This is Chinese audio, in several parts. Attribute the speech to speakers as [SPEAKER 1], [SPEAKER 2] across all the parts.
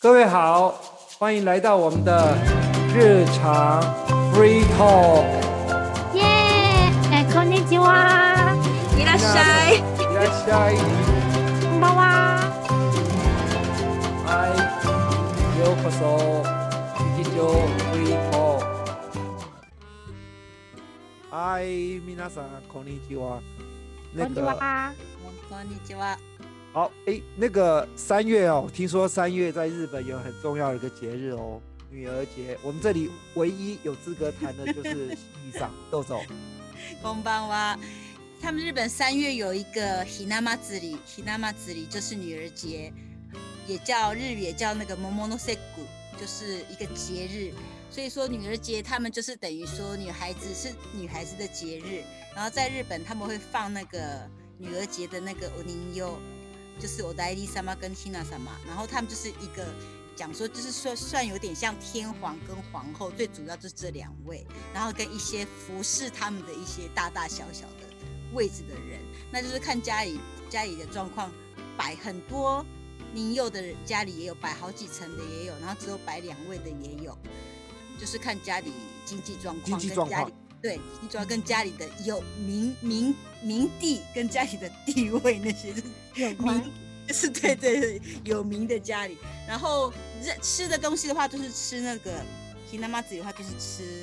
[SPEAKER 1] 各位好，欢迎来到我们的日常 free talk。
[SPEAKER 2] 耶，哎，こんにちは，
[SPEAKER 3] 伊拉塞，
[SPEAKER 1] いらっしゃい。
[SPEAKER 2] こんばんは。
[SPEAKER 1] 嗨，ようこそ。日常 free talk。嗨，皆さんこんにちは。
[SPEAKER 2] こ
[SPEAKER 1] 那
[SPEAKER 2] んにち
[SPEAKER 1] 个
[SPEAKER 2] は。
[SPEAKER 3] こんにちは。
[SPEAKER 1] 好，哎，那个三月哦，听说三月在日本有很重要的一个节日哦，女儿节。我们这里唯一有资格谈的就是 以上豆总。
[SPEAKER 3] こんばんは。他们日本三月有一个 Hinama 祭り，Hinama 祭り就是女儿节，也叫日语也叫那个 Momonoseku，就是一个节日。所以说女儿节，他们就是等于说女孩子是女孩子的节日。然后在日本他们会放那个女儿节的那个 o n i y o 就是我的 ID 三妈跟 Hina 三妈，然后他们就是一个讲说就是算算有点像天皇跟皇后，最主要就是这两位。然后跟一些服侍他们的一些大大小小的位置的人，那就是看家里家里的状况，摆很多年幼的人家里也有，摆好几层的也有，然后只有摆两位的也有，就是看家里经济状
[SPEAKER 1] 经
[SPEAKER 3] 况，
[SPEAKER 1] 济状况
[SPEAKER 3] 跟家里对，你主要跟家里的有名名名地跟家里的地位那些就是
[SPEAKER 2] 有关
[SPEAKER 3] 名，就是对对对有名的家里。然后这吃的东西的话，就是吃那个提那妈子的话，就是吃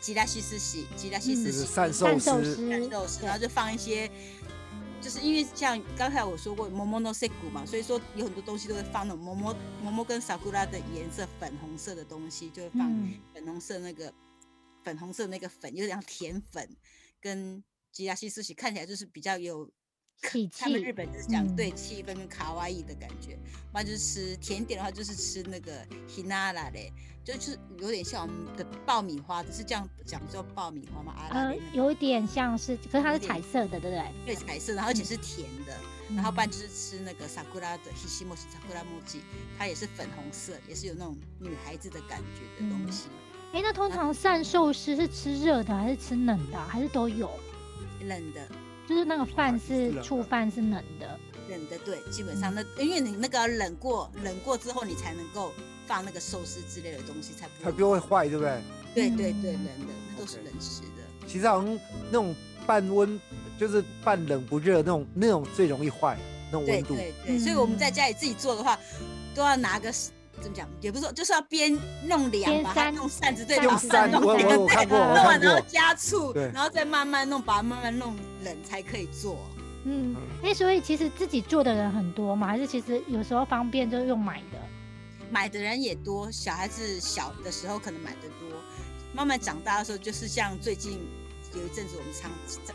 [SPEAKER 3] 吉拉西斯喜吉拉西
[SPEAKER 1] 就
[SPEAKER 3] 斯
[SPEAKER 1] 是
[SPEAKER 3] 喜
[SPEAKER 1] 善寿
[SPEAKER 2] 善寿
[SPEAKER 1] 司。
[SPEAKER 2] 司，
[SPEAKER 3] 肉
[SPEAKER 2] 嗯
[SPEAKER 3] 丝，
[SPEAKER 2] 对
[SPEAKER 3] 然后就放一些。就是因为像刚才我说过 momo no seku 嘛，所以说有很多东西都会放那种 momo momo 跟 sakura 的颜色粉红色的东西，就会放
[SPEAKER 2] 嗯，
[SPEAKER 3] 粉红色那个粉红色那个粉，有点像甜粉，跟吉拉西斯喜看起来就是比较有
[SPEAKER 2] 喜
[SPEAKER 3] 他们日
[SPEAKER 2] 气，
[SPEAKER 3] 本就是讲
[SPEAKER 2] 嗯
[SPEAKER 3] 对气氛跟卡哇伊的感觉，不然就是吃甜点的话就是吃那个 hinara 嘞，就是有点像我们的爆米花，只是这样讲叫爆米花嘛，阿拉
[SPEAKER 2] 呃
[SPEAKER 3] 蕾那，个
[SPEAKER 2] 有一点像是，可是它是彩色的，对不对？
[SPEAKER 3] 对彩色，然后而且是甜的，
[SPEAKER 2] 嗯
[SPEAKER 3] 然后不然就是吃那个 sakura 的 hishimo sakura mochi，它也是粉红色，也是有那种女孩子的感觉的东西，
[SPEAKER 1] 嗯
[SPEAKER 2] 哎，那通常善寿司是吃热的还是吃冷的啊，还是都有？
[SPEAKER 3] 冷的
[SPEAKER 2] 就是那个饭
[SPEAKER 1] 啊是冷
[SPEAKER 2] 是
[SPEAKER 1] 的
[SPEAKER 2] 醋饭是冷的，
[SPEAKER 3] 冷的对，基本上那因为你那个要冷过，冷过之后你才能够放那个寿司之类的东西，才不
[SPEAKER 1] 它
[SPEAKER 3] 会
[SPEAKER 1] 不会坏，对不对？
[SPEAKER 3] 对对
[SPEAKER 2] 嗯
[SPEAKER 3] 对，冷的，那都是
[SPEAKER 1] OK
[SPEAKER 3] 冷食的。
[SPEAKER 1] 其实好像那种半温，就是半冷不热那种，那种最容易坏，那种嗯
[SPEAKER 3] 对
[SPEAKER 1] 温度。
[SPEAKER 3] 对对，所以我们在家里自己做的话，都要拿个怎么讲，也不是说，就是要边弄凉
[SPEAKER 2] 边
[SPEAKER 3] 吧，把它
[SPEAKER 2] 扇
[SPEAKER 3] 用扇子对，
[SPEAKER 2] 用
[SPEAKER 3] 把
[SPEAKER 2] 扇
[SPEAKER 3] 饭
[SPEAKER 1] 我
[SPEAKER 3] 弄
[SPEAKER 1] 我
[SPEAKER 3] 凉，
[SPEAKER 1] 我看过，我
[SPEAKER 3] 哦弄
[SPEAKER 1] 看
[SPEAKER 3] 完然后
[SPEAKER 1] 过。
[SPEAKER 3] 加醋，
[SPEAKER 1] 对
[SPEAKER 3] 然后再慢慢弄，把它慢慢弄冷才可以做。
[SPEAKER 2] 嗯，哎，所以其实自己做的人很多嘛，还是其实有时候方便就用买的？
[SPEAKER 3] 买的人也多，小孩子小的时候可能买的多，慢慢长大的时候，就是像最近有一阵子我们常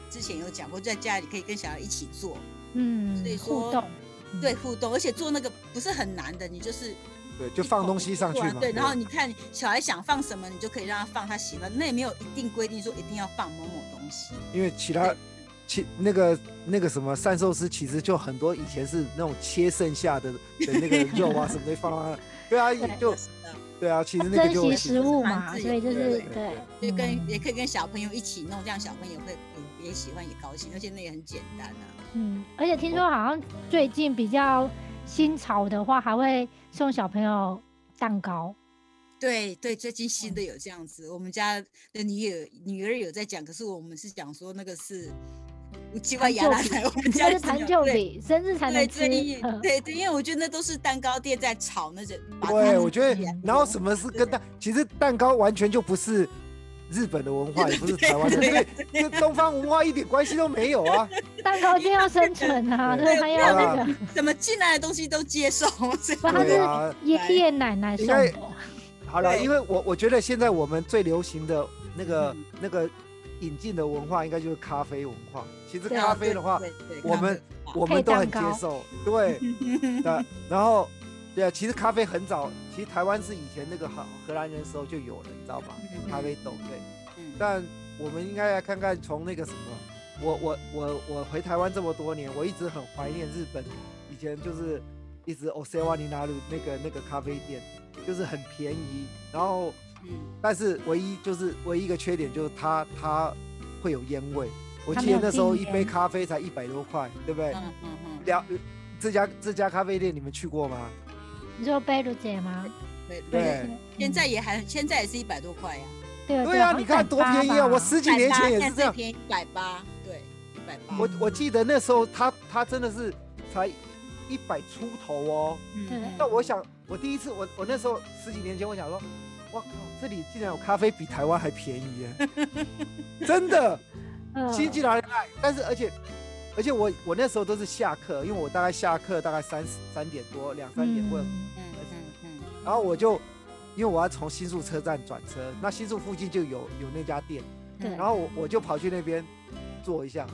[SPEAKER 3] 之前有讲过，在家里可以跟小孩一起做，
[SPEAKER 2] 嗯
[SPEAKER 3] 所以，说
[SPEAKER 2] 互动，嗯
[SPEAKER 3] 对，互动，而且做那个不是很难的，你就是
[SPEAKER 1] 对，就放东西上去嘛。
[SPEAKER 3] 啊对，然后你看小孩想放什么，你就可以让他放他喜欢。那也没有一定规定说一定要放某某东西。
[SPEAKER 1] 因为其他
[SPEAKER 3] 对
[SPEAKER 1] 其那个那个什么善寿司，其实就很多以前是那种切剩下的的那个肉啊什么的放啊，对啊，也就对啊，其实那
[SPEAKER 2] 珍
[SPEAKER 1] 个就
[SPEAKER 2] 惜食物嘛，
[SPEAKER 3] 蛮自
[SPEAKER 2] 所以
[SPEAKER 3] 由
[SPEAKER 2] 就
[SPEAKER 3] 的
[SPEAKER 2] 是
[SPEAKER 3] 对
[SPEAKER 2] 对，
[SPEAKER 3] 就跟、
[SPEAKER 2] 嗯
[SPEAKER 3] 也可以跟小朋友一起弄，这样小朋友会嗯也也喜欢也高兴，而且那也很简单啊。
[SPEAKER 2] 嗯，而且听说好像最近比较新潮的话，还会送小朋友蛋糕。
[SPEAKER 3] 对对，最近新
[SPEAKER 2] 嗯
[SPEAKER 3] 的有这样子，我们家的女儿女儿有在讲，可是我们是讲说那个是。我奇怪，
[SPEAKER 2] 糖
[SPEAKER 3] 亚
[SPEAKER 2] 就
[SPEAKER 3] 拉
[SPEAKER 2] 饼
[SPEAKER 3] 来我 们家
[SPEAKER 2] 那是
[SPEAKER 3] 是没
[SPEAKER 2] 糖
[SPEAKER 3] 有
[SPEAKER 2] 就
[SPEAKER 3] 对
[SPEAKER 2] 饼，生日才能
[SPEAKER 3] 对
[SPEAKER 2] 吃。
[SPEAKER 3] 对
[SPEAKER 2] 呃
[SPEAKER 3] 对对，因为我觉得那都是蛋糕店在炒那种。把它
[SPEAKER 1] 对，
[SPEAKER 3] 自
[SPEAKER 1] 我觉
[SPEAKER 3] 己
[SPEAKER 1] 得
[SPEAKER 3] 啊，
[SPEAKER 1] 然后什么是跟蛋，其实蛋糕完全就不是日本的文化，也不是台湾的，
[SPEAKER 3] 对
[SPEAKER 1] 对，跟东方文化一点关系都没有啊。
[SPEAKER 2] 蛋糕一定要生存啊，
[SPEAKER 1] 对
[SPEAKER 2] 所以他要
[SPEAKER 1] 对
[SPEAKER 2] 那个，
[SPEAKER 3] 怎么进来的东西都接受，所以
[SPEAKER 2] 不然他
[SPEAKER 1] 对
[SPEAKER 2] 是
[SPEAKER 1] 啊
[SPEAKER 2] 爷爷奶奶送
[SPEAKER 1] 应
[SPEAKER 2] 的。
[SPEAKER 1] 好了，
[SPEAKER 3] 对
[SPEAKER 1] 因为我我觉得现在我们最流行的那个
[SPEAKER 3] 嗯
[SPEAKER 1] 那个引进的文化，应该就是咖啡文化。其实
[SPEAKER 3] 对啊
[SPEAKER 2] 啊
[SPEAKER 1] 咖啡的话，
[SPEAKER 3] 对对对
[SPEAKER 1] 我
[SPEAKER 3] 咖
[SPEAKER 1] 们
[SPEAKER 3] 啡嗯文化
[SPEAKER 1] 我们
[SPEAKER 2] 配
[SPEAKER 1] 都
[SPEAKER 2] 蛋
[SPEAKER 1] 很接
[SPEAKER 2] 糕
[SPEAKER 1] 受，对 的。然后，对啊，其实咖啡很早，其实台湾是以前那个荷荷兰人时候就有了，你知道吧？
[SPEAKER 3] 嗯
[SPEAKER 1] 咖啡豆对。
[SPEAKER 3] 嗯
[SPEAKER 1] 但我们应该来看看从那个什么，我我我我回台湾这么多年，我一直很怀念日本，以前就是一直 o s e w a n i n a r u 那个那个咖啡店，就是很便宜，然后
[SPEAKER 3] 嗯
[SPEAKER 1] 但是唯一就是唯一一个缺点就是它它会有烟味。我
[SPEAKER 2] 它
[SPEAKER 1] 记
[SPEAKER 2] 没
[SPEAKER 1] 得
[SPEAKER 2] 有
[SPEAKER 1] 那时候
[SPEAKER 2] 禁
[SPEAKER 1] 一杯
[SPEAKER 2] 烟
[SPEAKER 1] 咖啡才一百多块，对不对？
[SPEAKER 3] 嗯嗯嗯，
[SPEAKER 1] 两这家这家咖啡店你们去过吗？
[SPEAKER 2] 你说贝鲁姐吗？
[SPEAKER 3] 对
[SPEAKER 1] 对
[SPEAKER 3] 对，
[SPEAKER 2] 嗯
[SPEAKER 3] 现在也还现在也是一百多块呀、
[SPEAKER 2] 对
[SPEAKER 1] 对啊，
[SPEAKER 2] 好像
[SPEAKER 1] 你看多便宜啊！
[SPEAKER 2] 180
[SPEAKER 1] 我十几年前也是这样，
[SPEAKER 3] 便宜一百八，对，一百八。
[SPEAKER 1] 我我记得那时候他他真的是才一百出头哦。
[SPEAKER 2] 对
[SPEAKER 1] 那我想，我第一次我我那时候十几年前，我想说，哇靠，这里竟然有咖啡比台湾还便宜 耶！真的，
[SPEAKER 2] 嗯
[SPEAKER 1] 新进来的赖，但是而且而且我我那时候都是下课，因为我大概下课大概三三点多两三点或者
[SPEAKER 2] 嗯
[SPEAKER 3] 嗯嗯嗯
[SPEAKER 1] 然后我就因为我要从新宿车站转车，那新宿附近就有有那家店，
[SPEAKER 2] 对
[SPEAKER 1] 嗯然后我我就跑去那边坐一下。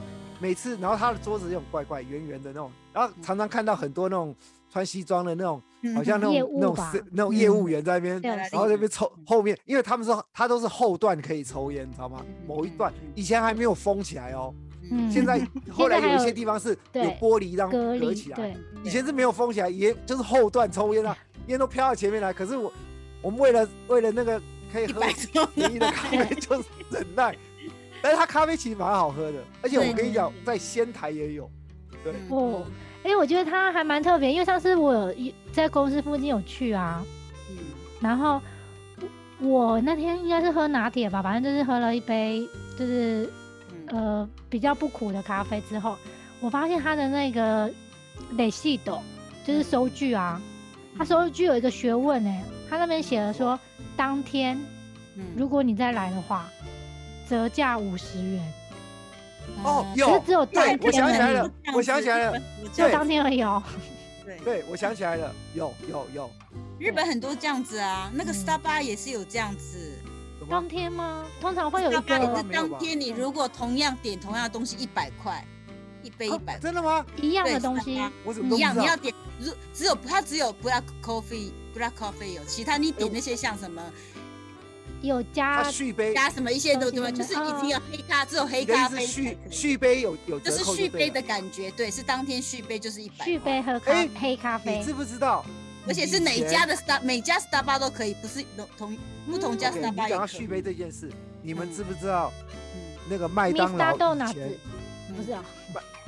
[SPEAKER 1] 每次，然后他的桌子那种怪怪圆圆的那种，然后常常看到很多那种穿西装的那种，
[SPEAKER 3] 嗯
[SPEAKER 1] 好像那
[SPEAKER 2] 业
[SPEAKER 1] 种
[SPEAKER 2] 务
[SPEAKER 1] 那种
[SPEAKER 2] 吧嗯
[SPEAKER 1] 是那种业务员在那边，
[SPEAKER 2] 对啊
[SPEAKER 1] 然后在那边抽后面，因为他们说他都是后段可以抽烟，你知道吗
[SPEAKER 3] 嗯？
[SPEAKER 1] 某一段
[SPEAKER 3] 嗯嗯
[SPEAKER 1] 以前还没有封起来哦，
[SPEAKER 2] 嗯
[SPEAKER 1] 现 在后来
[SPEAKER 2] 还
[SPEAKER 1] 有一
[SPEAKER 2] 有
[SPEAKER 1] 些地方是有
[SPEAKER 2] 对
[SPEAKER 1] 玻璃让
[SPEAKER 2] 隔
[SPEAKER 1] 隔
[SPEAKER 2] 离
[SPEAKER 1] 起来，
[SPEAKER 2] 对，
[SPEAKER 1] 以前是没有封起来，也就是后段抽烟啊，烟都飘到前面来。可是我，我们为了为了那个可以
[SPEAKER 3] 一
[SPEAKER 1] 喝
[SPEAKER 3] 百多，
[SPEAKER 1] 便宜的咖啡，就是忍耐。但是它咖啡其实蛮好喝的，而且我跟你讲，在仙台也有。
[SPEAKER 3] 嗯
[SPEAKER 2] 哦，哎、我觉得它还蛮特别，因为上次我有一在公司附近有去啊，
[SPEAKER 3] 嗯
[SPEAKER 2] 然后我我那天应该是喝拿铁吧，反正就是喝了一杯就是
[SPEAKER 3] 嗯嗯
[SPEAKER 2] 呃比较不苦的咖啡之后，我发现它的那个累系斗就是收据啊，
[SPEAKER 1] 嗯
[SPEAKER 2] 它收据有一个学问哎、它那边写了说当天
[SPEAKER 3] 嗯
[SPEAKER 2] 如果你再来的话，折价五十元，
[SPEAKER 1] 哦，
[SPEAKER 2] 可
[SPEAKER 1] 有
[SPEAKER 2] 是只，有
[SPEAKER 1] 对
[SPEAKER 2] 当天，
[SPEAKER 1] 我想起来
[SPEAKER 2] 而已
[SPEAKER 1] 了，我想起来了，
[SPEAKER 2] 只有
[SPEAKER 1] 对
[SPEAKER 2] 当天而已哦。
[SPEAKER 3] 对
[SPEAKER 1] 对我想起来了，有有有，
[SPEAKER 3] 日本很多这样子啊，那个
[SPEAKER 2] 嗯
[SPEAKER 3] Starbucks 也是有这样子。
[SPEAKER 1] 什么
[SPEAKER 2] 当天吗？通常会有一
[SPEAKER 1] 哦
[SPEAKER 3] Starbucks
[SPEAKER 2] 个
[SPEAKER 3] 也
[SPEAKER 1] 啊
[SPEAKER 3] 是当天你如果同样点同样的东西一百块，一杯一百。
[SPEAKER 1] 哦啊真的吗？
[SPEAKER 2] 一样的
[SPEAKER 3] 对
[SPEAKER 2] 东西，
[SPEAKER 1] 我怎么都
[SPEAKER 3] 一
[SPEAKER 1] 不
[SPEAKER 3] 样，
[SPEAKER 1] 知
[SPEAKER 3] 你要
[SPEAKER 1] 道。
[SPEAKER 3] 点，如只有它只有 black coffee black coffee 有，其他你点那些像什么
[SPEAKER 2] 有
[SPEAKER 1] 它
[SPEAKER 2] 加
[SPEAKER 1] 续杯，
[SPEAKER 3] 加什么一些都对吧？
[SPEAKER 2] 东
[SPEAKER 3] 就
[SPEAKER 2] 西
[SPEAKER 3] 是
[SPEAKER 2] 都没有
[SPEAKER 3] 已经有黑咖，只有黑
[SPEAKER 1] 你的意
[SPEAKER 3] 咖
[SPEAKER 1] 思
[SPEAKER 3] 啡
[SPEAKER 1] 是
[SPEAKER 3] 才
[SPEAKER 1] 续
[SPEAKER 3] 可以
[SPEAKER 1] 续杯有有
[SPEAKER 3] 就
[SPEAKER 1] 折
[SPEAKER 3] 是
[SPEAKER 1] 扣
[SPEAKER 3] 续
[SPEAKER 1] 就
[SPEAKER 3] 杯
[SPEAKER 1] 对
[SPEAKER 3] 的
[SPEAKER 1] 了。
[SPEAKER 3] 感觉，对，是当天续杯就是一百
[SPEAKER 2] 续杯，喝咖、
[SPEAKER 1] 哎
[SPEAKER 2] 黑咖啡
[SPEAKER 1] 你，知不知道？
[SPEAKER 3] 而且是哪家的 star 每家 star bar 都可以，不是同同不同
[SPEAKER 1] 嗯
[SPEAKER 3] 家
[SPEAKER 1] OK，
[SPEAKER 3] star
[SPEAKER 1] 你
[SPEAKER 3] bar
[SPEAKER 1] 讲
[SPEAKER 3] 也
[SPEAKER 1] 到
[SPEAKER 3] 可
[SPEAKER 1] 续
[SPEAKER 3] 以。
[SPEAKER 1] 杯这件事，你们
[SPEAKER 3] 嗯
[SPEAKER 1] 知不知道
[SPEAKER 3] 嗯
[SPEAKER 1] 那个麦
[SPEAKER 2] Mr.
[SPEAKER 1] 当劳
[SPEAKER 2] 豆
[SPEAKER 1] 以
[SPEAKER 2] 奶
[SPEAKER 1] 前嗯
[SPEAKER 2] 子不是啊，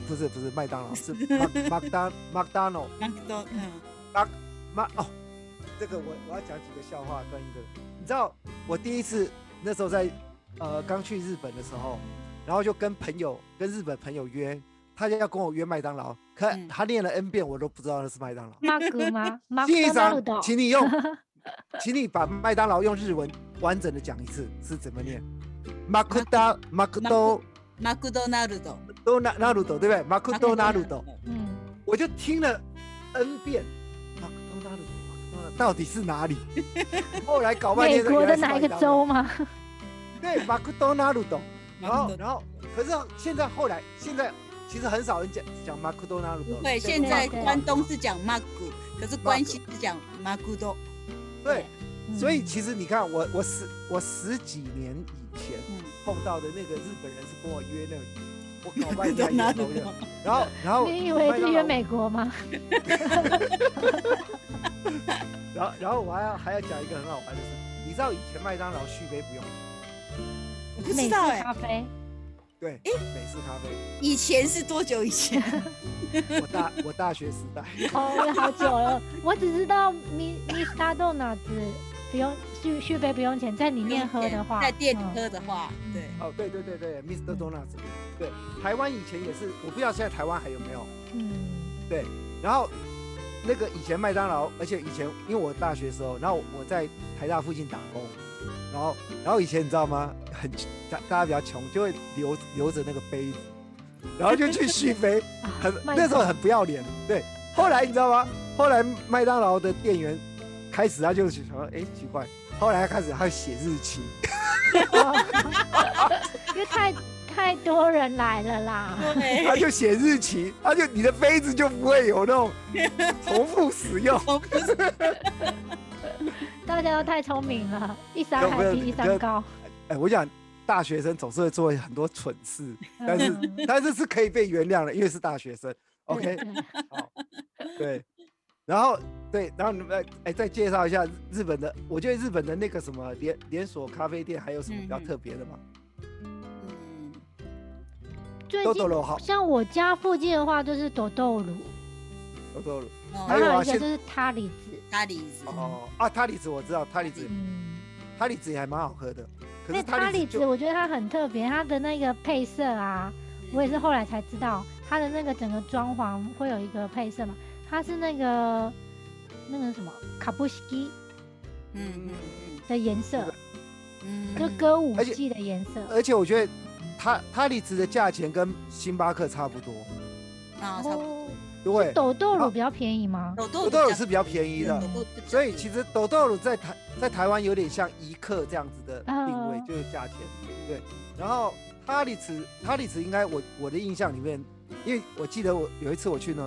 [SPEAKER 1] 不是不是麦当劳，是麦麦当麦当劳
[SPEAKER 3] 嗯那都嗯
[SPEAKER 1] 麦哦。这个我我要讲几个笑话关于这个。你知道我第一次那时候在呃刚去日本的时候，然后就跟朋友跟日本朋友约，他就要跟我约麦当劳，可
[SPEAKER 3] 嗯
[SPEAKER 1] 他念了 N 遍我都不知道那是麦当劳。
[SPEAKER 2] 马 格吗？马格
[SPEAKER 1] 店
[SPEAKER 2] 纳鲁
[SPEAKER 1] 长
[SPEAKER 2] 豆，，
[SPEAKER 1] 请你用，请你把麦当劳用日文完整的讲一次是怎么念。马克达马克多
[SPEAKER 3] 马古多纳鲁多，
[SPEAKER 1] 多纳纳鲁斗对不对？马克多纳鲁斗，
[SPEAKER 2] 嗯，
[SPEAKER 1] 我就听了 N 遍，啊马克多纳鲁斗，马克多纳鲁斗到底是哪 里？后来搞半天，
[SPEAKER 2] 美国的哪一个州？吗？
[SPEAKER 1] 对，马克多纳鲁斗。然
[SPEAKER 3] 马古
[SPEAKER 1] 后，
[SPEAKER 3] 多
[SPEAKER 1] 然后，可是现在后来，现在其实很少人讲讲马克多纳鲁斗了。
[SPEAKER 3] 不会，现
[SPEAKER 2] 对
[SPEAKER 3] 在
[SPEAKER 2] 对
[SPEAKER 3] 关东是讲马古，可是关西是讲马古多。
[SPEAKER 1] 对，
[SPEAKER 2] 嗯
[SPEAKER 1] 所以其实你看，我我十我十几年以前。
[SPEAKER 3] 嗯，
[SPEAKER 1] 碰到的那个日本人是跟我约那个，我搞半
[SPEAKER 3] 马古 多
[SPEAKER 1] 天
[SPEAKER 3] 纳
[SPEAKER 1] 也
[SPEAKER 3] 鲁
[SPEAKER 1] 头
[SPEAKER 3] 多
[SPEAKER 1] 晕。。然后然后
[SPEAKER 2] 你以为
[SPEAKER 1] 麦
[SPEAKER 2] 是
[SPEAKER 1] 当
[SPEAKER 2] 约
[SPEAKER 1] 劳，
[SPEAKER 2] 美国吗？
[SPEAKER 1] 然后然后我还要还要讲一个很好玩的事，你知道以前麦当劳续杯不用钱，
[SPEAKER 3] 我不
[SPEAKER 2] 美
[SPEAKER 3] 知
[SPEAKER 2] 式
[SPEAKER 3] 道哎，
[SPEAKER 2] 咖啡，
[SPEAKER 1] 对，美式咖啡，
[SPEAKER 3] 以前是多久以前？
[SPEAKER 1] 我大我大学时代，
[SPEAKER 2] 哦，我好久了，我只知道米米沙豆奶子不用续续杯不用钱，在里面喝的话，
[SPEAKER 3] 在店里
[SPEAKER 2] 嗯
[SPEAKER 3] 喝的话，对，
[SPEAKER 1] 哦对对对对，Mr.
[SPEAKER 2] 嗯
[SPEAKER 1] Donuts，对，台湾以前也是，我不知道现在台湾还有没有，
[SPEAKER 2] 嗯，
[SPEAKER 1] 然后那个以前麦当劳，而且以前因为我大学的时候，然后我在台大附近打工，然后然后以前你知道吗？很大大家比较穷，就会留留着那个杯子，然后就去续杯，
[SPEAKER 2] 啊
[SPEAKER 1] 很
[SPEAKER 2] 麦
[SPEAKER 1] 那时候很不要脸。对，后来你知道吗？后来麦当劳的店员开始他就想说，哎，奇怪。后来他开始他写日 期，
[SPEAKER 2] 因为太太多人来了啦，
[SPEAKER 1] 他
[SPEAKER 3] 对，
[SPEAKER 1] 就写日期，他就你的杯子就不会有那种重复使 用。
[SPEAKER 3] 我不是
[SPEAKER 2] 大家都太聪明了，一山
[SPEAKER 1] 就不
[SPEAKER 2] 还
[SPEAKER 1] 是
[SPEAKER 2] 比一山
[SPEAKER 1] 就
[SPEAKER 2] 高。
[SPEAKER 1] 哎、我想大学生总是会做很多蠢事，但是
[SPEAKER 2] 嗯
[SPEAKER 1] 但是是可以被原谅的，因为是大学生。OK，好，
[SPEAKER 2] 对
[SPEAKER 1] 对，然后对，然后你们哎再介绍一下日日本的，我觉得日本的那个什么连连锁咖啡店还有什么比较
[SPEAKER 3] 嗯嗯
[SPEAKER 1] 特别的吗？
[SPEAKER 3] 嗯
[SPEAKER 2] 最
[SPEAKER 1] 豆
[SPEAKER 2] 近
[SPEAKER 1] 豆楼好，
[SPEAKER 2] 像我家附近的话，就是朵豆乳，
[SPEAKER 1] 豆豆楼，
[SPEAKER 3] 哦
[SPEAKER 1] 还
[SPEAKER 2] 然
[SPEAKER 1] 有
[SPEAKER 2] 后
[SPEAKER 1] 啊
[SPEAKER 2] 还有
[SPEAKER 1] 现
[SPEAKER 2] 一个就是塔里子，
[SPEAKER 3] 咖喱子，
[SPEAKER 1] 哦啊，塔里子我知道，塔里子，
[SPEAKER 2] 嗯，
[SPEAKER 1] 塔里子也还蛮好喝的。可
[SPEAKER 2] 那
[SPEAKER 1] 是塔
[SPEAKER 2] 咖
[SPEAKER 1] 里
[SPEAKER 2] 喱
[SPEAKER 1] 子
[SPEAKER 2] 子
[SPEAKER 1] 就
[SPEAKER 2] 我觉得它很特别，它的那个配色啊，我也是后来才知道，它的那个整个装潢会有一个配色嘛，它是那个那个什么卡布西基
[SPEAKER 3] 嗯嗯
[SPEAKER 2] 的颜色，
[SPEAKER 3] 嗯嗯，
[SPEAKER 2] 就歌舞
[SPEAKER 1] 而且
[SPEAKER 2] 伎的颜色。
[SPEAKER 1] 而且我觉得它它里子的价钱跟星巴克差不多，
[SPEAKER 3] 啊，差不多，
[SPEAKER 2] 哦，
[SPEAKER 1] 对，
[SPEAKER 2] 豆豆乳
[SPEAKER 1] 啊
[SPEAKER 2] 比较便宜吗？
[SPEAKER 3] 豆
[SPEAKER 1] 土
[SPEAKER 3] 豆
[SPEAKER 1] 豆乳是比较便宜的
[SPEAKER 2] 嗯，
[SPEAKER 1] 所以其
[SPEAKER 3] 实
[SPEAKER 1] 实豆豆乳在台在台湾有点像一克这样子的定位
[SPEAKER 2] 哦，
[SPEAKER 1] 就是价钱，对。然后塔里茨，塔里茨应该我我的印象里面，因为我记得我有一次我去那，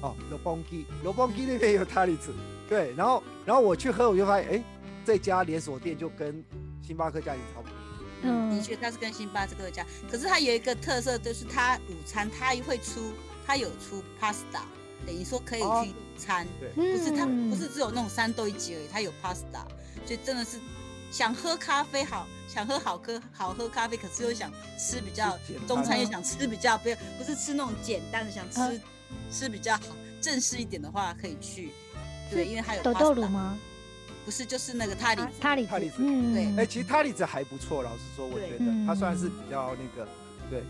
[SPEAKER 1] 哦，罗邦基，罗邦基那边有塔里茨，对。然后然后我去喝，我就发现，哎，这家连锁店就跟星巴克价钱差不多，
[SPEAKER 2] 嗯
[SPEAKER 3] 的确它是跟星巴克家，可是它有一个特色就是它午餐它会出，它有出 pasta，等于说可以
[SPEAKER 1] 哦
[SPEAKER 3] 去餐，
[SPEAKER 2] 嗯，
[SPEAKER 3] 不是它不是只有那种三豆一集而已，它有 pasta，所以真的是想喝咖啡好，想喝好喝好喝咖啡，可是又想吃比较
[SPEAKER 1] 吃简单
[SPEAKER 3] 中餐，
[SPEAKER 2] 的
[SPEAKER 3] 又想吃比较不要不是吃那种简单的，想吃、
[SPEAKER 2] 嗯
[SPEAKER 3] 吃比较好正式一点的话可以去，对，
[SPEAKER 2] 是
[SPEAKER 3] 因为它有
[SPEAKER 2] 豆豆乳
[SPEAKER 3] pasta，
[SPEAKER 2] 吗？
[SPEAKER 3] 不是就是那个塔里
[SPEAKER 2] 啊咖喱
[SPEAKER 1] 咖喱子，
[SPEAKER 2] 子嗯，
[SPEAKER 3] 对
[SPEAKER 1] 哎，其实塔里茨还不错，老实说，我
[SPEAKER 3] 对
[SPEAKER 1] 觉得它算是比较那个，对。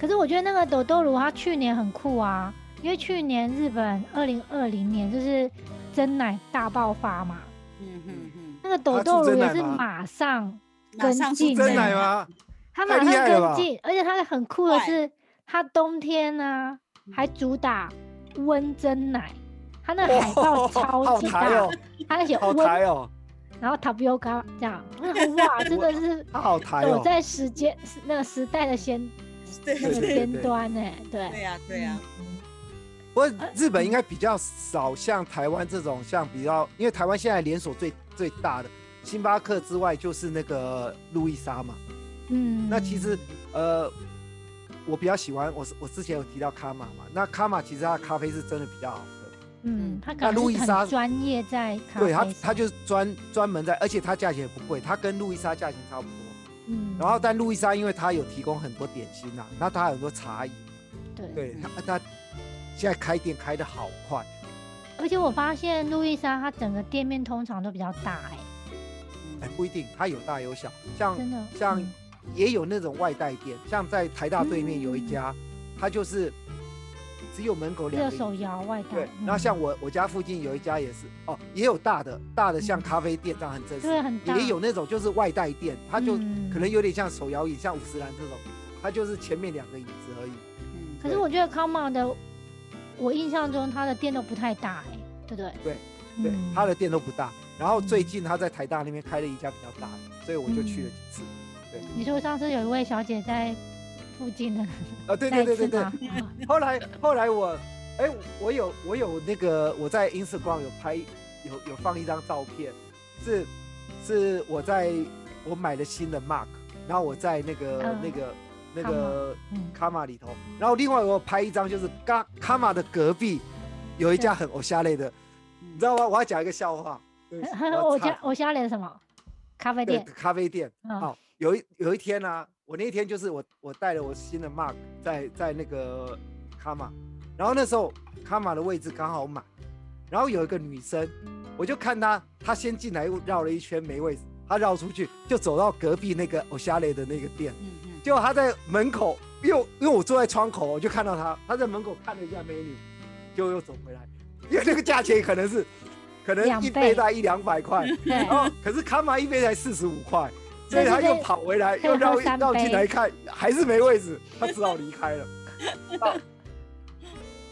[SPEAKER 2] 可是我觉得那个豆豆乳它去年很酷啊，因为去年日本二零二零年就是真奶大爆发嘛，
[SPEAKER 3] 嗯嗯嗯，
[SPEAKER 2] 那个豆豆乳也
[SPEAKER 1] 它出
[SPEAKER 2] 是
[SPEAKER 1] 真奶吗
[SPEAKER 2] 马上
[SPEAKER 3] 马上出
[SPEAKER 2] 跟进
[SPEAKER 1] 真
[SPEAKER 2] 真
[SPEAKER 1] 奶
[SPEAKER 2] 奶
[SPEAKER 1] 吗？
[SPEAKER 2] 它
[SPEAKER 1] 太
[SPEAKER 2] 马
[SPEAKER 1] 厉
[SPEAKER 2] 上
[SPEAKER 1] 害了
[SPEAKER 2] 跟
[SPEAKER 1] 吧
[SPEAKER 2] 进，而且它很酷的
[SPEAKER 3] 快
[SPEAKER 2] 是，它冬天呢、啊、还主打温真奶，它那个海报超
[SPEAKER 1] 好
[SPEAKER 2] 级
[SPEAKER 1] 台
[SPEAKER 2] 大，
[SPEAKER 1] 哦，
[SPEAKER 2] 它那写
[SPEAKER 1] 好
[SPEAKER 2] 温，
[SPEAKER 1] 台哦，
[SPEAKER 2] 然后 tapioca 这样， 哇，真的是
[SPEAKER 1] 它好台
[SPEAKER 2] 走
[SPEAKER 1] 哦。
[SPEAKER 2] 在时间时那个时代的先
[SPEAKER 3] 对
[SPEAKER 2] 那
[SPEAKER 1] 对
[SPEAKER 2] 个
[SPEAKER 1] 对
[SPEAKER 2] 尖
[SPEAKER 1] 对
[SPEAKER 2] 端哎、对
[SPEAKER 3] 对呀对啊呀，
[SPEAKER 1] 不过日本应该比较少像台湾这种像比较，因为台湾现在连锁最最大的星巴克之外就是那个路易莎嘛。
[SPEAKER 2] 嗯，
[SPEAKER 1] 那其实呃，我比较喜欢，我是我之前有提到卡玛嘛，那卡玛其实它的咖啡是真的比较好喝，
[SPEAKER 2] 嗯，他可
[SPEAKER 1] 那路
[SPEAKER 2] 能
[SPEAKER 1] 易
[SPEAKER 2] 是
[SPEAKER 1] 莎
[SPEAKER 2] 很专业在咖啡
[SPEAKER 1] 对它
[SPEAKER 2] 上，
[SPEAKER 1] 它就是专专门在，而且它价钱也不贵，它跟路易莎价钱差不多。
[SPEAKER 2] 嗯，
[SPEAKER 1] 然后但路易莎因为它有提供很多点心啊，那它有很多茶饮，
[SPEAKER 2] 对，
[SPEAKER 1] 对它它现在开店开的好快。
[SPEAKER 2] 而且我发现路易莎它整个店面通常都比较大哎、
[SPEAKER 1] 哎，不一定，它有大有小，像
[SPEAKER 2] 真的
[SPEAKER 1] 像
[SPEAKER 2] 嗯
[SPEAKER 1] 也有那种外带店，像在台大对面
[SPEAKER 2] 嗯
[SPEAKER 1] 有一家，它就是只有门口
[SPEAKER 2] 只有
[SPEAKER 1] 两个
[SPEAKER 2] 手
[SPEAKER 1] 椅子。
[SPEAKER 2] 摇外带，
[SPEAKER 1] 对，
[SPEAKER 2] 嗯
[SPEAKER 1] 然后像我我家附近有一家也是哦，也有大的大的像
[SPEAKER 2] 嗯
[SPEAKER 1] 咖啡店这样很正式，
[SPEAKER 2] 对啊很大
[SPEAKER 1] 也有那种就是外带店，它就
[SPEAKER 2] 嗯
[SPEAKER 1] 可能有点像手摇椅，像五十岚这种，它就是前面两个椅子而已。
[SPEAKER 3] 嗯
[SPEAKER 2] 可是我觉得 Comma 的，我印象中它的店都不太大哎、对不对？
[SPEAKER 1] 对对，
[SPEAKER 2] 嗯
[SPEAKER 1] 它的店都不大。然后最
[SPEAKER 2] 嗯
[SPEAKER 1] 近他在台大那边开了一家比较大的，所以我就去了几次。
[SPEAKER 2] 你说上次有一位小姐在附近的
[SPEAKER 1] 啊， 对对
[SPEAKER 2] 那一
[SPEAKER 1] 对对
[SPEAKER 2] 次
[SPEAKER 1] 对
[SPEAKER 2] 吗，？啊
[SPEAKER 1] 后来后来我，哎、我有我有那个我在 Instagram 有拍有有放一张照片，是是我在我买了新的 Mark，然后我在那个、
[SPEAKER 2] 嗯
[SPEAKER 1] 那个那个
[SPEAKER 2] 嗯
[SPEAKER 1] 卡玛里头，然后另外我有拍一张就是卡卡玛的隔壁有一家很偶像类的，你知道吗？我要讲一个笑话，对 不起
[SPEAKER 2] 我
[SPEAKER 1] 插
[SPEAKER 2] 家我家里的什么咖啡
[SPEAKER 1] 对
[SPEAKER 2] 店？
[SPEAKER 1] 咖啡店。
[SPEAKER 2] 啊，
[SPEAKER 1] 好，哦有一有一天呢、我那一天就是我我带了我新的 Mark 在在那个卡玛，然后那时候卡玛的位置刚好满，然后有一个女生，我就看她，她先进来又绕了一圈没位置，她绕出去就走到隔壁那个 o s h a l e 的那个店，
[SPEAKER 3] 嗯嗯
[SPEAKER 1] 结果她在门口，因为因为我坐在窗口，我就看到她，她在门口看了一下 menu，就又走回来，因为那个价钱可能是可能
[SPEAKER 2] 两
[SPEAKER 1] 一
[SPEAKER 2] 倍
[SPEAKER 1] 倍大概一两百块。
[SPEAKER 2] 对
[SPEAKER 1] 然，后哦可是卡玛一杯才四十五块，所以
[SPEAKER 2] 对
[SPEAKER 1] 他
[SPEAKER 2] 对
[SPEAKER 1] 又
[SPEAKER 2] 对
[SPEAKER 1] 跑回来，
[SPEAKER 2] 可以
[SPEAKER 1] 又
[SPEAKER 2] 喝
[SPEAKER 1] 绕
[SPEAKER 2] 三
[SPEAKER 1] 绕进
[SPEAKER 2] 杯
[SPEAKER 1] 来看，还是没位置，他只好离开了。到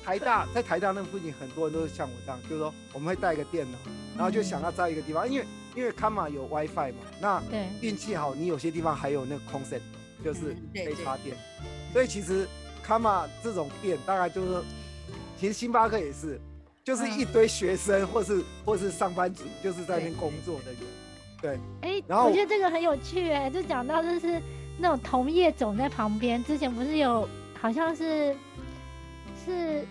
[SPEAKER 1] 台大在台大那附近，很多人都是像我这样，就是说我们会带一个电脑，然后就想要在一个地方，因为因为卡玛有 WiFi 嘛，那
[SPEAKER 2] 对，
[SPEAKER 1] 运气好，你有些地方还有那个 concept，就是
[SPEAKER 3] 嗯对
[SPEAKER 1] 可以
[SPEAKER 3] 对
[SPEAKER 1] 插电，所以其实卡玛这种店大概就是说，其实星巴克也是，就是
[SPEAKER 2] 嗯
[SPEAKER 1] 一堆学生或是或是上班族，就是在那边
[SPEAKER 3] 对
[SPEAKER 1] 工作的人。
[SPEAKER 2] 哎，
[SPEAKER 1] 然后
[SPEAKER 2] 我觉得这个很有趣哎、就讲到就是那种同业总在旁边，之前不是有好像是是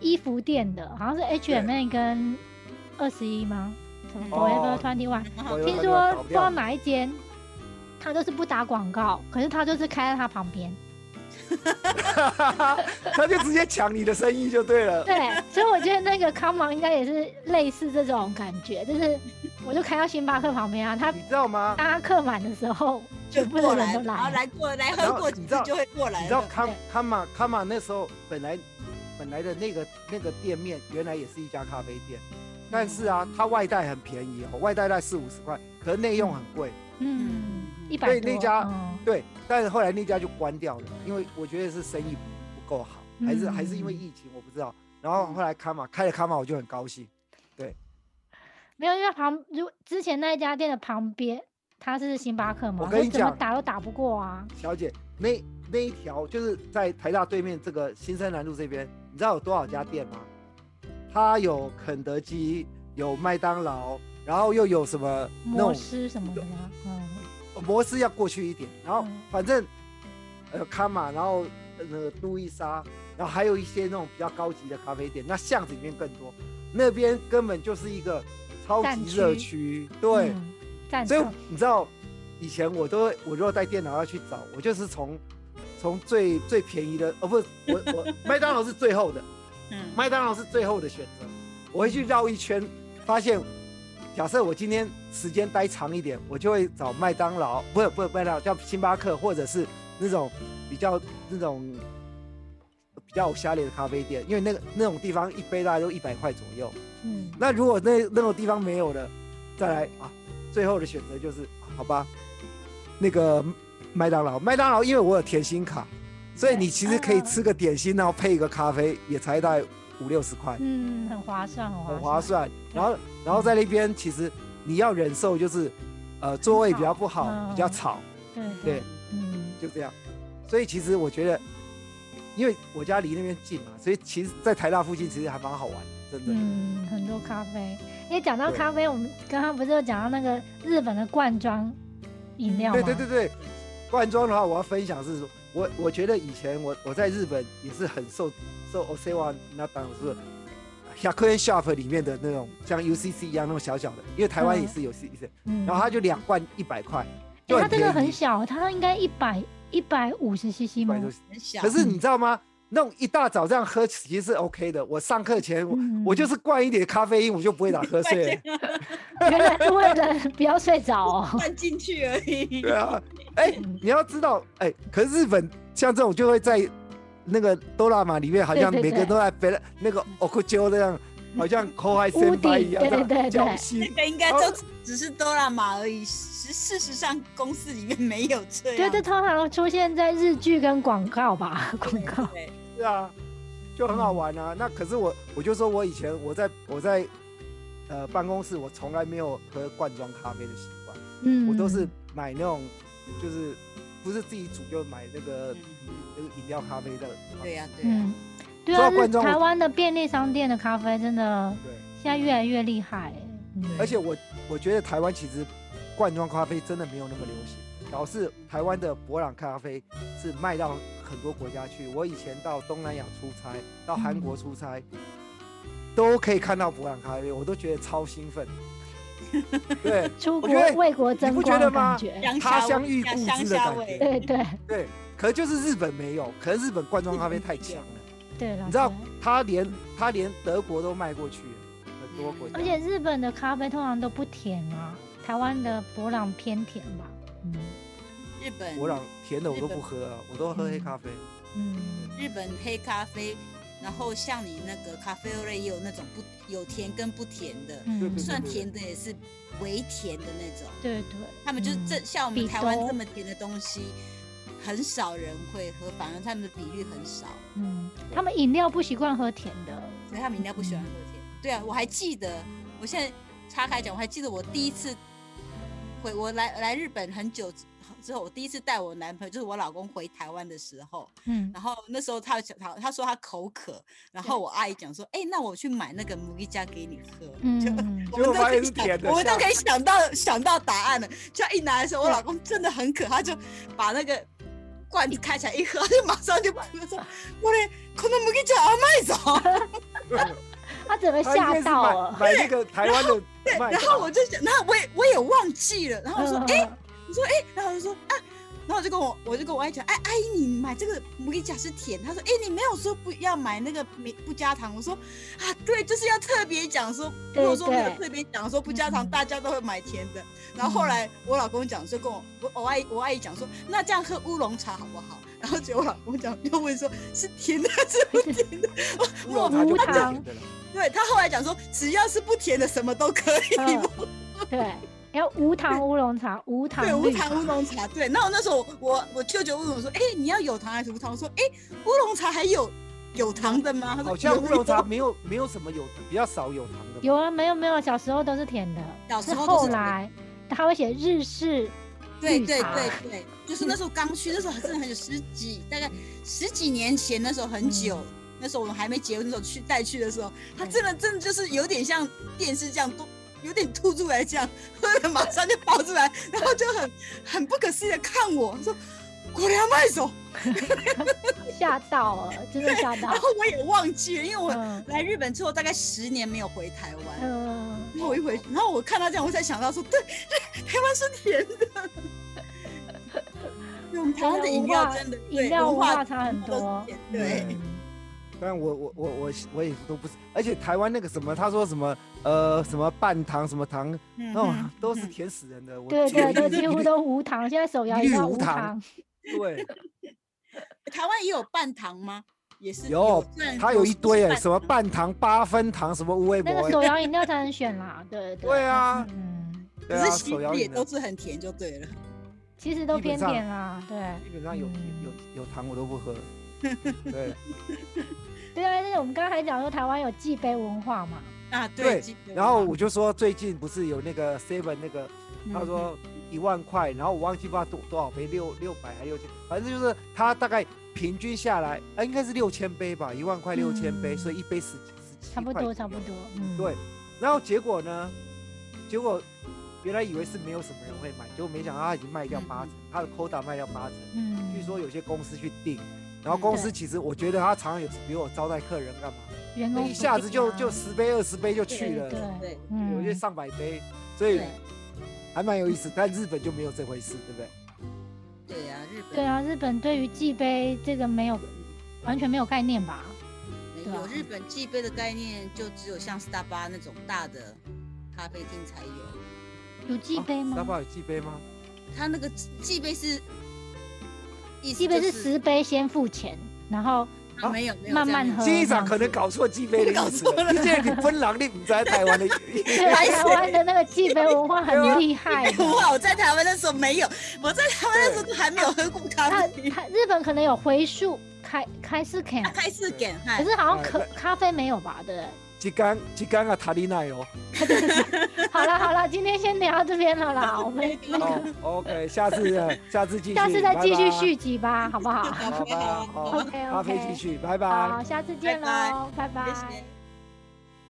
[SPEAKER 2] 衣服店的，好像是 H&M 跟二十一吗？什么
[SPEAKER 3] 嗯
[SPEAKER 2] Forever
[SPEAKER 1] 哦
[SPEAKER 2] Twenty One？
[SPEAKER 1] 我
[SPEAKER 3] 然后
[SPEAKER 1] 有
[SPEAKER 2] 听
[SPEAKER 1] 看
[SPEAKER 2] 说
[SPEAKER 1] 到搞
[SPEAKER 2] 不
[SPEAKER 1] 不
[SPEAKER 2] 知道
[SPEAKER 1] 掉
[SPEAKER 2] 哪一间，他就是不打广告，可是他就是开在他旁边，
[SPEAKER 1] 他就直接抢你的生意就对了。
[SPEAKER 2] 对，所以我觉得那个康芒应该也是类似这种感觉，就是我就开到星巴克旁边啊，他
[SPEAKER 1] 你知道吗？
[SPEAKER 2] 当他客满的时候，全部
[SPEAKER 3] 过
[SPEAKER 2] 的人
[SPEAKER 3] 来，
[SPEAKER 2] 都
[SPEAKER 3] 然后
[SPEAKER 2] 来了。
[SPEAKER 3] 来过来
[SPEAKER 1] 然
[SPEAKER 3] 喝
[SPEAKER 1] 后
[SPEAKER 3] 过
[SPEAKER 1] 你
[SPEAKER 3] 几
[SPEAKER 1] 知
[SPEAKER 3] 次
[SPEAKER 1] 道
[SPEAKER 3] 就会过来
[SPEAKER 1] 你
[SPEAKER 3] 了。
[SPEAKER 1] 知道康康玛康玛那时候本来本来的那个那个店面原来也是一家咖啡店，但是啊，它外带很便宜哦，外带在四五十块，可是内用很贵。
[SPEAKER 2] 嗯，一百
[SPEAKER 1] 所
[SPEAKER 2] 多
[SPEAKER 1] 以。那家
[SPEAKER 2] 嗯
[SPEAKER 1] 对，但是后来那家就关掉了，因为我觉得是生意不够好，还是还是因为
[SPEAKER 2] 嗯
[SPEAKER 1] 疫情，我不知道。然后后来卡玛开了卡玛，我就很高兴。
[SPEAKER 2] 没有，因为旁如果之前那一家店的旁边，它是星巴克嘛，
[SPEAKER 1] 我跟你
[SPEAKER 2] 怎么
[SPEAKER 1] 讲
[SPEAKER 2] 打都打不过啊。
[SPEAKER 1] 小姐，那那一条就是在台大对面这个新生南路这边，你知道有多少家店吗？它有肯德基，有麦当劳，然后又有什么那
[SPEAKER 2] 摩
[SPEAKER 1] 种
[SPEAKER 2] 斯什么的吗？嗯，
[SPEAKER 1] 摩斯呃要过去一点，然后
[SPEAKER 2] 嗯
[SPEAKER 1] 反正呃卡玛，然后呃那个都伊莎，然后还有一些那种比较高级的咖啡店，那巷子里面更多，那边根本就是一个超
[SPEAKER 2] 战
[SPEAKER 1] 级热区，对。
[SPEAKER 2] 嗯，赞
[SPEAKER 1] 所以
[SPEAKER 2] 成。
[SPEAKER 1] 你知道，以前我都会，我如果带电脑要去找，我就是从从最最便宜的，哦不，我我 麦当劳是最后的，
[SPEAKER 3] 嗯，
[SPEAKER 1] 麦当劳是最后的选择。我会去绕一圈，发现，假设我今天时间待长一点，我就会找麦当劳，不是不是麦当劳，叫星巴克或者是那种比较那种比较有虾脸的咖啡店，因为那个那种地方一杯大概都一百块左右。
[SPEAKER 2] 嗯，
[SPEAKER 1] 那如果那那种地方没有了，再来啊，最后的选择就是啊好吧，那个麦当劳，麦当劳，因为我有甜心卡，所以
[SPEAKER 2] 对
[SPEAKER 1] 你其实可以
[SPEAKER 2] 嗯
[SPEAKER 1] 吃个点心，然后配一个咖啡，也才大概五六十块，
[SPEAKER 2] 嗯，很划算，很划
[SPEAKER 1] 很
[SPEAKER 2] 算。
[SPEAKER 1] 划算。然后然后在那边，其实你要忍受就是，呃，座位比较不好，
[SPEAKER 2] 嗯
[SPEAKER 1] 比较吵，
[SPEAKER 2] 对
[SPEAKER 1] 对，
[SPEAKER 2] 嗯，
[SPEAKER 1] 就这样。所以其实我觉得，因为我家离那边近嘛，所以其实，在台大附近其实还蛮好玩的，真的。
[SPEAKER 2] 嗯，很多咖啡。因为讲到
[SPEAKER 1] 对
[SPEAKER 2] 咖啡，我们刚刚不是有讲到那个日本的罐装饮料吗？
[SPEAKER 1] 对对对对，罐装的话，我要分享是说，我我觉得以前我我在日本也是很受受 Osewa 那当是 h a k u n Shop 里面的那种像 UCC 一样那种小小的，因为台湾也是有 UCC，、
[SPEAKER 2] 嗯，
[SPEAKER 1] 然后它就两罐一百块，就
[SPEAKER 2] 诶
[SPEAKER 1] 很
[SPEAKER 2] 它哎这
[SPEAKER 1] 便宜，
[SPEAKER 2] 个很小，它应该一百一百五十 CC 吗
[SPEAKER 1] 100？多
[SPEAKER 3] 很小。
[SPEAKER 1] 可是你知道吗？那种一大早这样喝其实是 OK 的。我上课前我、我就
[SPEAKER 2] 嗯
[SPEAKER 1] 是灌一点咖啡因，我就不会打瞌睡了。
[SPEAKER 2] 原来是为了 不要睡着哦。
[SPEAKER 3] 灌进去而已。
[SPEAKER 1] 对啊，哎、
[SPEAKER 2] 嗯
[SPEAKER 1] 你要知道，哎、可是日本像这种就会在那个哆啦嘛里面，好像
[SPEAKER 2] 对对
[SPEAKER 1] 每个人都在别人那个哦 o k u j o 那样，好像口海
[SPEAKER 2] 屋
[SPEAKER 1] 森白
[SPEAKER 2] 顶
[SPEAKER 1] 一样
[SPEAKER 2] 对
[SPEAKER 1] 这样
[SPEAKER 2] 对对
[SPEAKER 1] 交心
[SPEAKER 3] 那。个应该
[SPEAKER 1] 哦
[SPEAKER 3] 都只是哆啦 A 梦而已，实事实上公司里面没有这样。
[SPEAKER 2] 对，啊这通常出现在日剧跟广告吧， 广告。
[SPEAKER 3] 对，
[SPEAKER 1] 是啊，就很好玩啊。那可是我，我就说我以前我在我在呃办公室，我从来没有喝罐装咖啡的习惯，
[SPEAKER 2] 嗯，
[SPEAKER 1] 我都是买那种就是不是自己煮就买那个
[SPEAKER 3] 嗯
[SPEAKER 1] 那个饮料咖啡的。
[SPEAKER 3] 对啊呀、对呀、
[SPEAKER 2] 嗯，对
[SPEAKER 1] 说
[SPEAKER 2] 啊，
[SPEAKER 1] 到
[SPEAKER 2] 日
[SPEAKER 1] 罐装我
[SPEAKER 2] 台湾的便利商店的咖啡真的
[SPEAKER 1] 对。
[SPEAKER 2] 现在越来越厉害。嗯
[SPEAKER 1] 而且我我觉得台湾其实罐装咖啡真的没有那么流行，导致台湾的博朗咖啡是卖到很多国家去。我以前到东南亚出差，到韩
[SPEAKER 2] 嗯
[SPEAKER 1] 国出差，都可以看到博朗咖啡，我都觉得超兴奋。对
[SPEAKER 2] 出
[SPEAKER 1] 我
[SPEAKER 2] 国
[SPEAKER 1] 觉得
[SPEAKER 2] 为国争
[SPEAKER 1] 不觉
[SPEAKER 2] 光
[SPEAKER 1] 得
[SPEAKER 2] 的
[SPEAKER 1] 吗
[SPEAKER 2] 感觉。
[SPEAKER 3] 香
[SPEAKER 1] 他
[SPEAKER 3] 虾
[SPEAKER 1] 乡
[SPEAKER 3] 味
[SPEAKER 1] 遇故
[SPEAKER 3] 香
[SPEAKER 1] 知的
[SPEAKER 3] 虾
[SPEAKER 1] 感
[SPEAKER 3] 味
[SPEAKER 1] 觉
[SPEAKER 2] 对对
[SPEAKER 1] 对，可就是日本没有，可是日本罐装咖啡太强
[SPEAKER 2] 嗯
[SPEAKER 1] 了，
[SPEAKER 2] 对了，
[SPEAKER 1] 你知道
[SPEAKER 2] 对
[SPEAKER 1] 它连它连德国都卖过去了很多国家，
[SPEAKER 2] 而且日本的咖啡通常都不甜啊，台湾的博朗偏甜吧。嗯
[SPEAKER 3] 日本
[SPEAKER 1] 博朗甜的我都不喝啊，我都喝黑咖啡。
[SPEAKER 2] 嗯，
[SPEAKER 3] 日本黑咖啡，然后像你那个咖啡类也有那种不有甜跟不甜的，
[SPEAKER 1] 对
[SPEAKER 2] 嗯
[SPEAKER 1] 对
[SPEAKER 3] 就算甜的也是微甜的那种。
[SPEAKER 2] 对对，
[SPEAKER 3] 他们就是
[SPEAKER 2] 嗯
[SPEAKER 3] 这、像我们
[SPEAKER 2] 比
[SPEAKER 3] 台湾
[SPEAKER 2] 粥
[SPEAKER 3] 这么甜的东西，很少人会喝，反而他们的比率很少，
[SPEAKER 2] 嗯，他们饮料不习惯喝甜的。
[SPEAKER 3] 所以他们应该不喜欢喝甜。对啊，我还记得，我现在岔开讲，我还记得我第一次回我来来日本很久之后，我第一次带我男朋友，就是我老公回台湾的时候，
[SPEAKER 2] 嗯，
[SPEAKER 3] 然后那时候他讲他他说他口渴，然后我阿姨讲说，哎、那我去买那个木吉加给你喝，就。
[SPEAKER 2] 嗯，
[SPEAKER 3] 我
[SPEAKER 1] 结果
[SPEAKER 3] 们都
[SPEAKER 1] 发
[SPEAKER 3] 可
[SPEAKER 1] 现
[SPEAKER 3] 以
[SPEAKER 1] 是
[SPEAKER 3] 想，
[SPEAKER 1] 甜的
[SPEAKER 3] 我们都
[SPEAKER 1] 吓
[SPEAKER 3] 可以想到想到答案了。就一拿的时候，我
[SPEAKER 2] 对
[SPEAKER 3] 老公真的很渴，他就把那个罐子开起来一喝，他就马上就把 说：“我嘞，可能木吉加阿麦走。
[SPEAKER 2] 他啊整个
[SPEAKER 1] 他应
[SPEAKER 2] 吓
[SPEAKER 1] 该是
[SPEAKER 2] 到
[SPEAKER 1] 买
[SPEAKER 2] 了。
[SPEAKER 1] 买那个台湾 的麦”
[SPEAKER 3] 然后我就想，然后我也我也忘记了，然后我说：“哎、
[SPEAKER 2] 嗯
[SPEAKER 3] 你说哎、然后我就说啊，然后我就跟我我就跟我阿姨讲，哎，阿姨你买这个我跟你讲是甜，她说，哎，你没有说不要买那个没不加糖，我说啊，对，就是要特别讲说，如果说没有
[SPEAKER 2] 对对
[SPEAKER 3] 特别讲说不加糖，
[SPEAKER 2] 嗯
[SPEAKER 3] 大家都会买甜的。然后后来我老公讲说跟我我我阿姨我阿姨讲说，那这样喝乌龙茶好不好？然后结果我老公讲就问说是甜的还是不甜的，
[SPEAKER 1] 乌龙茶就
[SPEAKER 2] 无
[SPEAKER 1] 不
[SPEAKER 2] 糖
[SPEAKER 1] 甜的了。
[SPEAKER 3] 对他后来讲说只要是不甜的什么都可以。
[SPEAKER 2] 嗯对，要无糖乌龙茶，无糖
[SPEAKER 3] 对，无
[SPEAKER 2] 绿
[SPEAKER 3] 糖乌龙茶。对，那我那时候我我舅舅问我说：“哎、你要有糖还是无糖？”我说：“哎、乌龙茶还有有糖的吗？”他说：“
[SPEAKER 1] 好像
[SPEAKER 3] 有
[SPEAKER 1] 乌龙茶没有没有什么有比较少有糖的吧。
[SPEAKER 2] 有啊，没有没有，小时候都是甜的，
[SPEAKER 3] 小时
[SPEAKER 2] 是
[SPEAKER 3] 候都
[SPEAKER 2] 后
[SPEAKER 3] 是
[SPEAKER 2] 来他会写日式
[SPEAKER 3] 对
[SPEAKER 2] 绿
[SPEAKER 3] 对
[SPEAKER 2] 茶
[SPEAKER 3] 对对，就是那时候刚去，那时候真的很久，十几大概十几年前，那时候很久。那时候我们还没结婚，那时候去带去的时候，他
[SPEAKER 2] 嗯对
[SPEAKER 3] 真的真的就是有点像电视这样都。有点吐出来，这样喝了马上就跑出来，然后就很很不可思议的看我，说：“果然卖手。
[SPEAKER 2] 吓到了，真的吓”到
[SPEAKER 3] 然。后我也忘记了，因为我
[SPEAKER 2] 嗯
[SPEAKER 3] 来日本之后大概十年没有回台湾，
[SPEAKER 2] 嗯，
[SPEAKER 3] 然后我一回，然后我看到这样，我才想到说，对，台湾是甜的。对，我们台湾的饮料真的对
[SPEAKER 2] 饮料
[SPEAKER 3] 文
[SPEAKER 2] 文
[SPEAKER 3] 化
[SPEAKER 2] 化差很
[SPEAKER 3] 都是
[SPEAKER 2] 多。
[SPEAKER 3] 甜对，
[SPEAKER 2] 嗯，
[SPEAKER 1] 但我我我我我也都不是，而且台湾那个什么，他说什么呃什么半糖什么糖，
[SPEAKER 3] 嗯
[SPEAKER 1] 那种
[SPEAKER 3] 嗯
[SPEAKER 1] 哦都是甜死人的。我
[SPEAKER 2] 对对对，
[SPEAKER 1] 几
[SPEAKER 2] 几乎都无糖。现在手摇
[SPEAKER 1] 一
[SPEAKER 2] 饮
[SPEAKER 1] 律
[SPEAKER 2] 料
[SPEAKER 1] 无
[SPEAKER 2] 无
[SPEAKER 1] 糖
[SPEAKER 2] 糖，
[SPEAKER 1] 对，
[SPEAKER 3] 台湾也有半糖吗？也是
[SPEAKER 1] 有
[SPEAKER 3] 虽然
[SPEAKER 1] 他有一堆
[SPEAKER 3] 不
[SPEAKER 1] 哎，
[SPEAKER 3] 是
[SPEAKER 1] 什么半糖八分糖什么无微博
[SPEAKER 2] 那个
[SPEAKER 1] 欸，
[SPEAKER 2] 手摇饮料才能选啦。对对
[SPEAKER 1] 对啊
[SPEAKER 2] 嗯，
[SPEAKER 1] 对
[SPEAKER 3] 半，
[SPEAKER 1] 啊，
[SPEAKER 3] 可是其
[SPEAKER 1] 手摇
[SPEAKER 3] 实也
[SPEAKER 1] 饮的
[SPEAKER 3] 都是很甜就对了。
[SPEAKER 2] 其实都
[SPEAKER 1] 基本
[SPEAKER 2] 偏
[SPEAKER 1] 上
[SPEAKER 2] 甜啦。对
[SPEAKER 1] 基本上有
[SPEAKER 2] 嗯
[SPEAKER 1] 有有糖我都不 喝。对
[SPEAKER 2] 对啊，但是我们刚才讲说台湾有祭杯文化嘛。
[SPEAKER 3] 啊，
[SPEAKER 1] 对
[SPEAKER 3] 记得，
[SPEAKER 1] 然后我就说最近不是有那个 Seven 那个，
[SPEAKER 3] 嗯
[SPEAKER 1] 他说一万块，然后我忘记不知道多多少杯，六六百还六千，反正就是他大概平均下来，啊应该是六千杯吧，一万块六千杯，
[SPEAKER 2] 嗯
[SPEAKER 1] 所以一杯十几十七
[SPEAKER 2] 差不
[SPEAKER 1] 块
[SPEAKER 2] 多，
[SPEAKER 1] 左
[SPEAKER 2] 差不
[SPEAKER 1] 右
[SPEAKER 2] 多。嗯，
[SPEAKER 1] 对，然后结果呢？结果原来以为是没有什么人会买，结果没想到他已经卖掉八成，他的 quota 卖掉八成。
[SPEAKER 2] 嗯，
[SPEAKER 1] 据说有些公司去订，然后公司
[SPEAKER 2] 对
[SPEAKER 1] 其实我觉得他常常有比我招待客人干嘛，
[SPEAKER 2] 员
[SPEAKER 1] 那
[SPEAKER 2] 工
[SPEAKER 1] 一下子就
[SPEAKER 2] 福利啊
[SPEAKER 1] 就十杯二十杯就
[SPEAKER 2] 对
[SPEAKER 1] 去了，
[SPEAKER 2] 对，
[SPEAKER 3] 对，
[SPEAKER 1] 有些
[SPEAKER 2] 嗯，
[SPEAKER 1] 上百杯，所以
[SPEAKER 3] 对
[SPEAKER 1] 还蛮有意思。但日本就没有这回事，对不对？
[SPEAKER 3] 对啊，日
[SPEAKER 2] 对
[SPEAKER 3] 本
[SPEAKER 2] 啊，日本对于祭杯这个没有完全没有概念吧？
[SPEAKER 3] 没
[SPEAKER 2] 对
[SPEAKER 3] 有
[SPEAKER 2] 啊
[SPEAKER 3] 日本记杯的概念，就只有像 Starbucks 那种大的咖啡厅才有。
[SPEAKER 2] 有祭杯
[SPEAKER 1] 大
[SPEAKER 2] 吗？
[SPEAKER 1] 哦宝有记杯吗？
[SPEAKER 3] 他那个祭杯是，意思
[SPEAKER 2] 祭杯
[SPEAKER 3] 就是
[SPEAKER 2] 十杯先付钱，然后
[SPEAKER 3] 啊没有没有
[SPEAKER 2] 慢慢
[SPEAKER 3] 这样
[SPEAKER 2] 喝
[SPEAKER 3] 没有
[SPEAKER 1] 机长可能搞错记杯的意思了，你这你分狼你不在台湾的，
[SPEAKER 2] 对
[SPEAKER 1] 啊
[SPEAKER 3] 白
[SPEAKER 2] 台湾的那个祭杯文化很厉害的。
[SPEAKER 3] 哇！ 我在台湾那时候没有，我在台湾那时候都还没有喝过咖
[SPEAKER 2] 他
[SPEAKER 3] 啡。
[SPEAKER 2] 他日本可能有回数开开四 can，
[SPEAKER 3] 开始给
[SPEAKER 2] 可
[SPEAKER 3] 嗨，
[SPEAKER 2] 是好像可
[SPEAKER 1] 哎
[SPEAKER 2] 咖啡没有吧？对不对。
[SPEAKER 1] 一缸一缸啊塔利奈哦。
[SPEAKER 2] 好了好了，今天先聊到这边了啦，我们那
[SPEAKER 1] 好
[SPEAKER 2] 个
[SPEAKER 1] 哦 OK，下次呃下次继续，
[SPEAKER 2] 下次再继续
[SPEAKER 1] 拜拜
[SPEAKER 2] 续集吧，好不好
[SPEAKER 1] 好吧，好，
[SPEAKER 2] ？OK
[SPEAKER 1] 咖啡继
[SPEAKER 2] OK，
[SPEAKER 1] 续，拜拜。
[SPEAKER 2] 好，下次见
[SPEAKER 3] 拜拜
[SPEAKER 2] 喽，拜拜。
[SPEAKER 3] 谢谢。